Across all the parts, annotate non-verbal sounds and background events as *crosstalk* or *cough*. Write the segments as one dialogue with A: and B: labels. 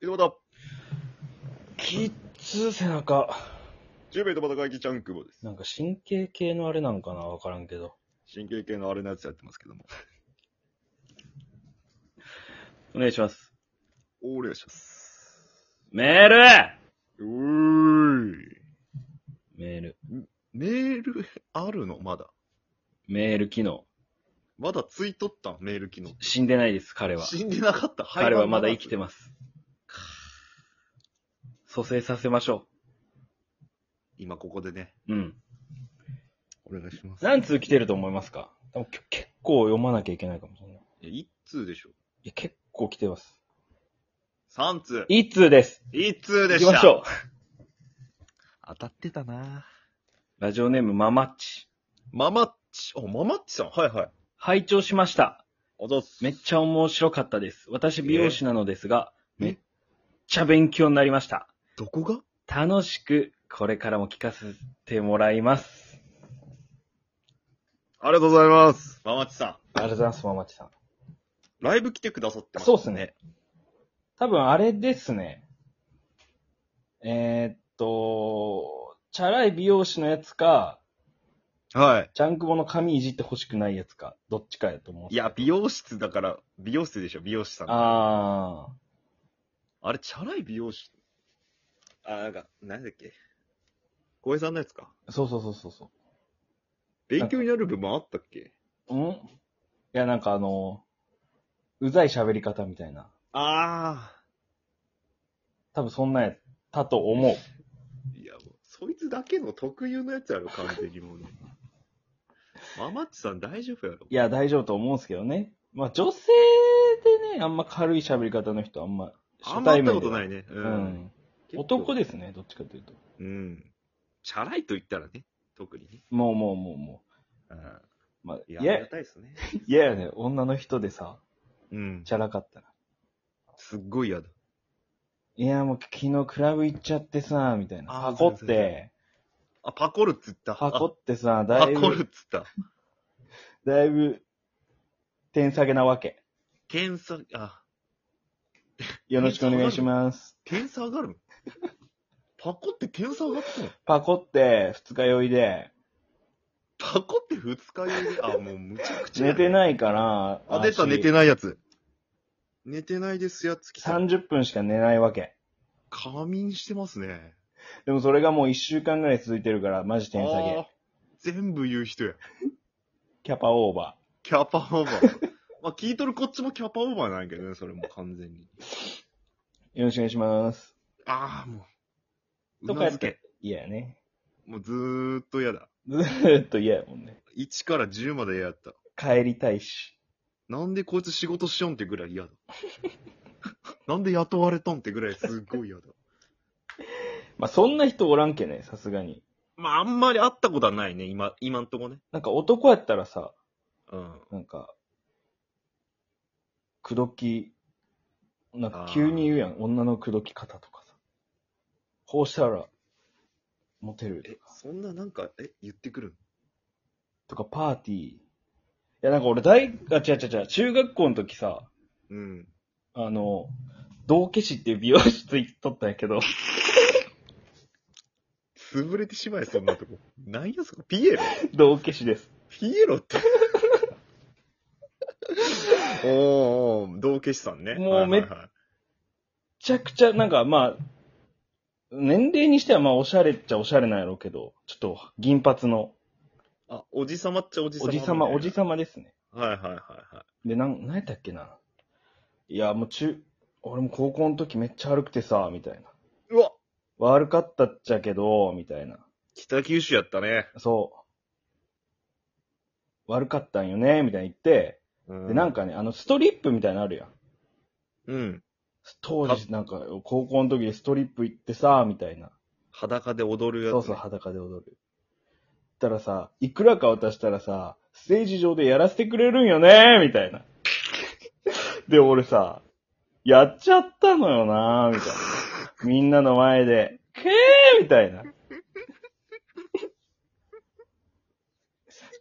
A: 井戸端、
B: キッズ背中。
A: 10名と戦いきちゃんくぼです。
B: なんか神経系のあれなんかなわからんけど。
A: 神経系のあれのやつやってますけども。
B: お願いします。
A: お願いします。
B: メール
A: うーい。
B: メール。
A: メール、あるのまだ。
B: メール機能。
A: まだついとったんメール機能。
B: 死んでないです、彼は。
A: 死んでなかった。
B: 彼はまだ生きて
A: ま
B: ます。蘇生させましょ
A: 今ここでね。
B: う。うん。
A: お願いします。
B: 何通来てると思いますか多分き結構読まなきゃいけないかもしれない。い
A: いや、一通でしょ。
B: や、結構来てます。
A: 三通。
B: 一通です。
A: 一通で
B: 行
A: し
B: き
A: た。
B: ましょ
A: 当たってたな
B: う。ラジオネームママッチ。
A: ママッチ、あ、ママッチさん。はいはい。
B: 拝聴しました。
A: あざっす。
B: めっちゃ面白かったです。私、美容師なのですが、
A: え
B: めっちゃ勉強になりました。
A: どこが
B: 楽しく、これからも聞かせてもらいます。
A: ありがとうございます。ママッチさ
B: ありがとうございます、ママチさん。
A: ん。ライブ来てくださってます、
B: そうっすね。多分、あれですね。えー、っと、チャラい美容師のやつか、
A: はい。
B: ジャンクボの髪いじってほしくないやつか、どっちかやと思う。
A: いや、美容室だから、美容室でしょ、美容師さん。
B: あー。
A: あれ、チャラい美容師。あ、なんか、なんだっけ。小江さんのやつか。
B: そうそうそうそうそ
A: 勉強になる部分あったっけ
B: う。んいや、なんかあの、うざい喋り方みたいな。
A: あ
B: 多分そんなんやったと思う。
A: あ。いや、もう、そいつだけの特有のやつやろ、完全にも *laughs* うね。ママッチさん大丈夫やろ
B: いや、大丈夫と思うんですけどね。まあ、女性でね、あんま軽い喋り方の人、あんま、
A: あんま会ったこと
B: い。
A: ないね。う。
B: うんん。男
A: で。
B: ですね、どっちかというと。
A: うん。チャラいと言ったらね、特にね。
B: もうもうもうも
A: うん
B: う。まあ、
A: い
B: い
A: や、あり
B: や
A: が、たいですね。
B: いややね、女の人でさ、
A: うん。
B: チャラかったら。
A: すっごい嫌だ。
B: いや、もう昨日クラブ行っちゃってさ、みたいな。
A: あー
B: パコっ
A: そうそう
B: て、
A: あ、パコるっつった。
B: パコ
A: あ
B: ってさ、
A: パ
B: だい
A: コる
B: ぶ、
A: っつった。
B: だいぶ、点下げなわけ。
A: 検査、あ、
B: よろしくお願いします。
A: 検査上がるのパコって検査上がったの
B: パコって、二日酔いで、
A: パコって二日酔いで、あ、もうむちゃくちゃ。
B: 寝て
A: い。
B: ないから、
A: あ、出た、寝て
B: ない。
A: ないやつ。寝てないですやつ来た。
B: 30分しか寝ないわけ。
A: 仮眠してますね。
B: でもそれがもう一週間ぐらい続いてるから、マジ点下
A: あー
B: げ。
A: 全部言う人や。
B: キャパオーバ
A: キャパオーバ *laughs* ー。まあ、聞いとるこっちもキャパオーバーなんやけどね、それも完全に。
B: ー。よろしくお願いします。
A: ああ、もう。う
B: とか
A: な
B: や
A: ず
B: っ
A: け
B: て。。嫌やね。
A: もうずーっと嫌だ。
B: ずーっと嫌やもんね。
A: 1から10まで嫌やった。
B: 帰りたいし。
A: なんでこいつ仕事しよんってぐらい
B: *laughs*
A: 嫌だ。なんで雇われとんってぐらいすっごい嫌だ。
B: まあ、そんな人おらんけね、さすがに。
A: まあ、あんまり会ったことはないね、今、今んとこね。
B: なんか男やったらさ、
A: うん。
B: なんか、口説き、なんか急に言うやん、女の口説き方とかさ。こうしたら、モテると
A: え
B: か、。
A: そんななんか、え、言ってくる
B: とか、パーティー。いや、なんか俺大、あ、違う違う違う、中学校の時さ、
A: んうん。
B: あの、道化師っていう美容室行っとったんやけど、 *laughs*
A: 潰れてしまえ、そんな *laughs* とこ。なんやそこ、ピエロ
B: 道化師です。
A: ピエロって。 *laughs* おーおー、道化師さんね。
B: もうめ
A: はいはいはい
B: めちゃくちゃ、なんかまあ、年齢にしてはまあ、おしゃれっちゃおしゃれなんやろうけど、ちょっと、銀髪の、
A: あ、おじさまっちゃおじさま
B: お
A: み
B: じ
A: たい
B: さ
A: な。
B: ま、おじさまですね。
A: はいはいはいは
B: で、なん、なんやったっけな。いや、もう中、俺も高校の時めっちゃ悪くてさ、みたいな。
A: い。うわ
B: 悪かったっちゃけど、みたいな。
A: 北九州やったね。
B: そう。悪かったんよね、みたいに言って、
A: う
B: で、なん
A: か、
B: かね、あの、ストリップみたいなのあるやん。
A: うん。
B: 当時、なんか、高校の時でストリップ行ってさ、みたいな。
A: 裸で踊るやつ。
B: そうそう、裸で踊る。たらさ、いくらか渡したらさ、ステージ上でやらせてくれるんよねみたいな。 *laughs* で、俺さ、やっちゃったのよなみたいな。みんなの前で、けーみたいな。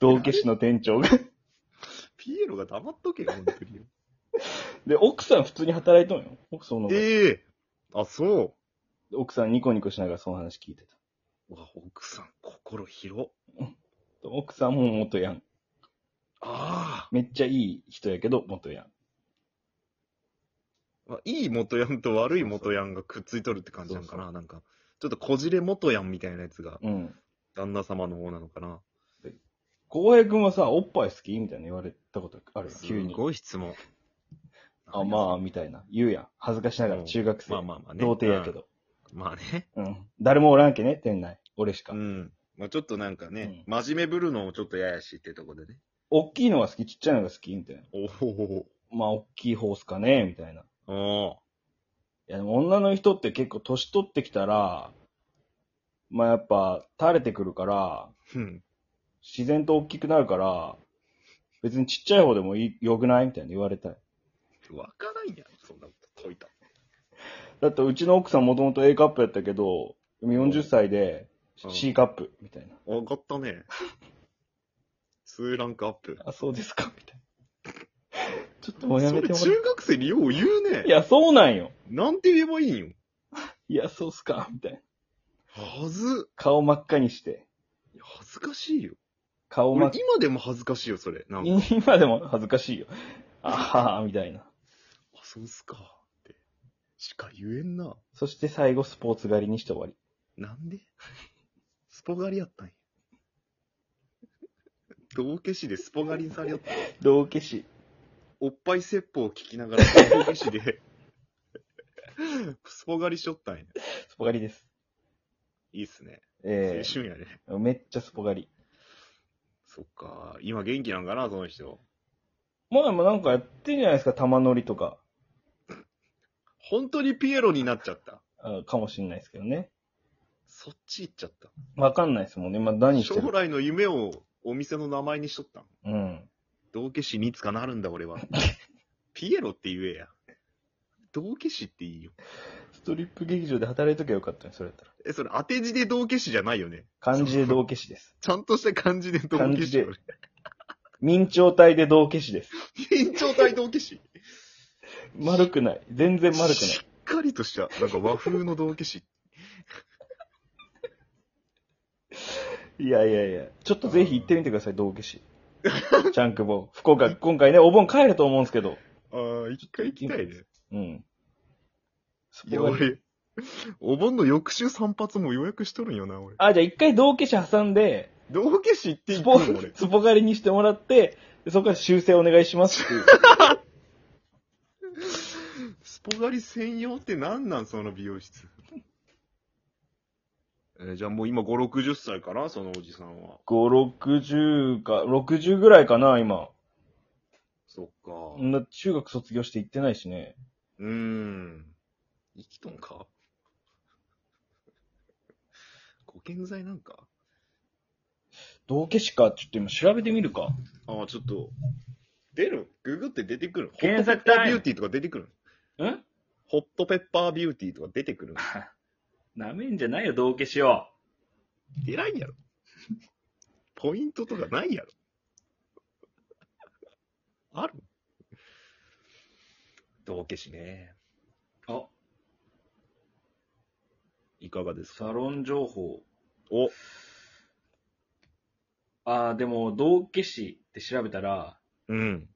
B: 道化師の店長が。
A: ピエ *laughs* ロが黙っとけよ、本当に。
B: で、奥さん普通に働いとんよ。奥さんの方が。
A: ええあ、そ
B: 奥さんニコニコしながらその話聞いてた。
A: う。うわ、奥さん、心広。
B: 奥さんも元ヤン。
A: あ
B: めっちゃいい人やけど、元ヤン。
A: ーあ。いい元ヤンと悪い元ヤンがくっついとるって感じなんかな。
B: そう
A: なんか、ちょっとこじれ元ヤンみたいなやつが、
B: うん。
A: 旦那様の方なのかな。
B: 浩平君はさ、おっぱい好きみたいな言われたことあるよ
A: す
B: 急に。
A: ごい質問。
B: あ、まあ、みたいな。言うやん。恥ずかしながら中学生。
A: まあまあまあね。
B: 童貞やけど。
A: うん。まあね。
B: うん。誰もおらんけね、店内。俺しか。
A: うん。まあちょっとなんかね、真面目ぶるのをちょっとややしってとこでね。
B: 大きいのが好き、ちっちゃいのが好きみたいな。
A: おお
B: まあ、大きい方っすかねみたいな。い
A: おお
B: や、でも女の人って結構年取ってきたら、まあやっぱ、垂れてくるから、
A: うん。
B: 自然と大きくなるから、別にちっちゃい方でもいい良くないみたいな言われたい。
A: わかないやろ、そんなこと解いた。
B: だってうちの奥さんもともと A カップやったけど、でも40歳で
A: うん
B: C カップみたいな。
A: 上がったね。2ランクアップ。
B: あ、そうですかみたいな。ちょっともうや
A: そ
B: め
A: れ
B: てもら
A: 中学生によう言う
B: えい
A: ね。
B: や、そうなんよ。
A: なんて言えばいいんよ。
B: いや、そうっすかみたいな。
A: はず。
B: 顔真っ赤にして。
A: 恥ずかしいよ。
B: 顔真
A: 俺
B: っ
A: 今でも恥ずかしいよ、それ。なんか、
B: 今でも恥ずかしいよ。ああ、みたいな。
A: あ、そうっすか。って。しか言えんな。
B: そして最後スポーツ狩りにして終わり。
A: なんで *laughs* スポ狩りやったんや。道化師でスポ狩りにされよった。
B: 道化師。
A: おっぱい説法を聞きながら道化師で、 *laughs* スポ狩りしよったんや。
B: スポ狩りです。
A: いいっすね。青
B: え
A: 春やね。
B: えめっちゃスポ狩り。
A: そっか。今元気なんかな、その人。
B: まあまあなんかやってんじゃないですか、玉乗りとか、
A: 本当にピエロになっちゃった。
B: あかもしんないですけどね。
A: そっち行っちゃった。
B: わかんないですもんね。まあ何して
A: 将
B: る
A: 来の夢をお店の名前にしとったん。
B: うん。
A: 道化師にいつかなるんだ、俺は。ピエロって言えや。道化師っていいよ。
B: ストリップ劇場で働いときゃよかったね、それだったら。
A: え、それ当て字で道化師じゃないよね。
B: 漢字で道化師です。
A: ちゃんとした漢字で道化師よね。
B: 明朝体で道化師です。
A: 緊張体道化師。
B: 丸くない。全然丸くない
A: し。っかりとした、なんか和風の道化師。
B: *laughs* いやいやいや。ちょっとぜひ行ってみてください、道化 *laughs* 師。チャンクボ。福岡、今回ね、お盆帰ると思うんですけど。
A: ああ、一回行きたいね。
B: うん。ス
A: いや、
B: ポ狩り
A: 俺、お盆の翌週散髪も予約しとるんよな、俺。
B: あ、じゃあ一回道化師挟んで、
A: 道化師って
B: ス
A: 行
B: ポ
A: くの、俺、。
B: スポ狩りにしてもらって、でそこから修正お願いしますって *laughs* いう。
A: スポ狩り専用ってなんなん、その美容室。えーじゃあもう今5、60歳かな、そのおじさんは。
B: 5、60か、60ぐらいかな、今。
A: そっか。う
B: な中学卒業して行ってないしね。
A: ーん。生きとんか *laughs* ご健在なんか
B: 道化師か、ちょっと今調べてみるか。
A: ああ、ちょっと。出るググって出てくる。
B: 検索
A: ホットペッパ
B: タ
A: ー
B: イ
A: ビュー
B: ム
A: ティーとか出てくる。
B: ん
A: ホットペッパービューティーとか出てくる。
B: なめんじゃないよ、道化師を。
A: 出ないやろ。ポイントとかないやろ。ある道化師ね。
B: あ、
A: いかがですか
B: サロン情報。
A: お、
B: あー、でも、道化師って調べたら、
A: うん。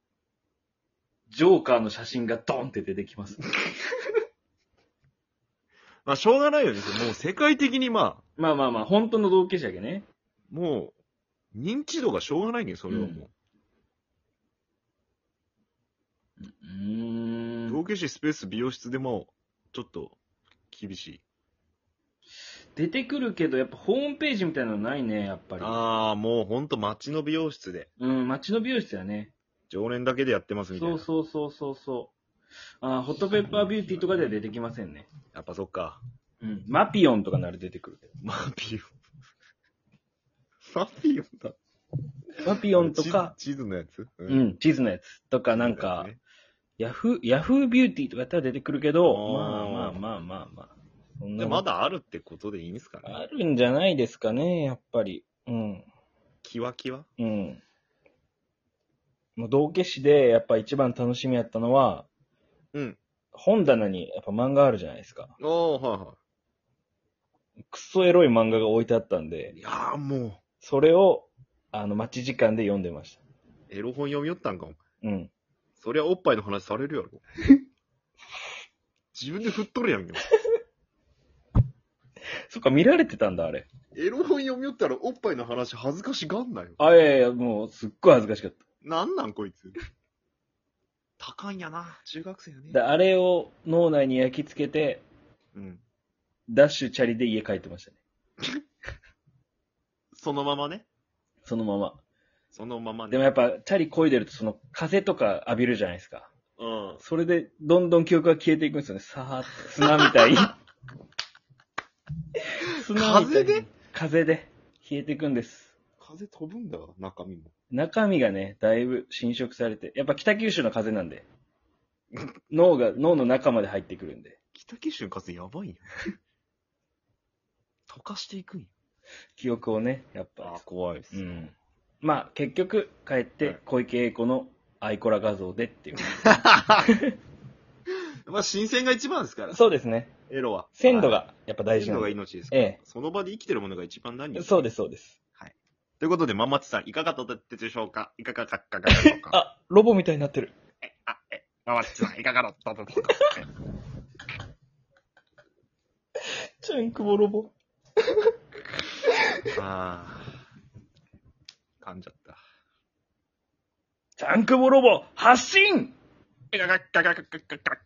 B: ジョーカーの写真がドンって出てきます。
A: まあ、しょうがないよね。もう世界的にまあ、
B: *laughs* まあまあまあ、本当の道化師やけね。
A: もう、認知度がしょうがないね、それはも
B: う
A: う。
B: ーん。
A: 道化師スペース美容室でも、ちょっと、厳しい。
B: 出てくるけど、やっぱホームページみたいなのないね、やっぱり。
A: ああ、もうほんと街の美容室で、
B: うん、街の美容室やね。
A: 常連だけでやってますみたい
B: そ
A: な。
B: うそうそうそうそう。あーホットペッパービューティーとかでは出てきませんね。
A: やっぱそっか。
B: うん。マピオンとかなら出てくるけ
A: マピ
B: *laughs*
A: オン。マピオンだ。
B: ど。マピオンとか、
A: 地図地図のやつう
B: う。ん、地図のやつとかなんか、ヤフー、ヤフービューティーとかやったら出てくるけど、ま
A: あ
B: あ
A: ー
B: まあまあまあまあ。そん
A: で、まだあるってことでいいんですか
B: あ
A: ね。
B: るんじゃないですかね、やっぱり。うん。
A: キワキワ
B: うん。もう道化師で、やっぱ一番楽しみやったのは、
A: うん。
B: 本棚にやっぱ漫画あるじゃないですか。
A: ああ、はいは
B: クソエロい漫画が置いてあったんで
A: い。、いやーも
B: それを、あの、待ち時間で読んでまし
A: う、エロ本読みよったんか、お前。
B: た。うん。
A: そりゃおっぱいの話される
B: *laughs*
A: やろ。自分で振っとるやんけ。
B: そっか、見られてたんだ、あれ。
A: エロ本読みよったらおっぱいの話恥ずかしがんなよ。
B: あ、いやいや、もう、すっごい恥ずかしかった。
A: なんなんこいつ。高いんやな、中学生やね。
B: で、あれを脳内に焼き付けて、
A: うん。
B: ダッシュチャリで家帰ってましたね。
A: そのままね。
B: そのまま。
A: そのままね。
B: でもやっぱ、チャリ漕いでると、その風とか浴びるじゃないですか。
A: うん。
B: それで、どんどん記憶が消えていくんですよね。さーっと。砂みたいに。 *laughs* 砂みたいに
A: 風で
B: 風で。消えていくんです。
A: 風飛ぶんだわ、中身も。
B: 中身がね、だいぶ侵食されて。やっぱ北九州の風なんで。脳が、脳の中まで入ってくるんで。
A: 北九州の風やばいんや。 *laughs* 溶かしていくんや。
B: 記憶をね、やっぱ。
A: 怖いっす
B: うん。まあ、結局、帰って、小池栄子のアイコラ画像でっていう。
A: *laughs* まあ、新鮮が一番ですから、
B: そうですね。
A: エロは。
B: 鮮度
A: は
B: が、やっぱ
A: い、
B: 大事
A: 鮮
B: な
A: 度が
B: んで。
A: 命ですから。
B: え
A: その場で生きてるものが一番何
B: え。
A: よ
B: そうです、そうです。
A: ということで、ママチさん、いかがだったでしょうかいかがだったでしょうか
B: あ、ロボみたいになってる。
A: あ、え、ママチさん、いかがだったでしょうか
B: ちゃんくぼロボ。
A: ああ。噛んじゃった。
B: ちゃんくぼロボ、発進
A: ガガガガガガガガ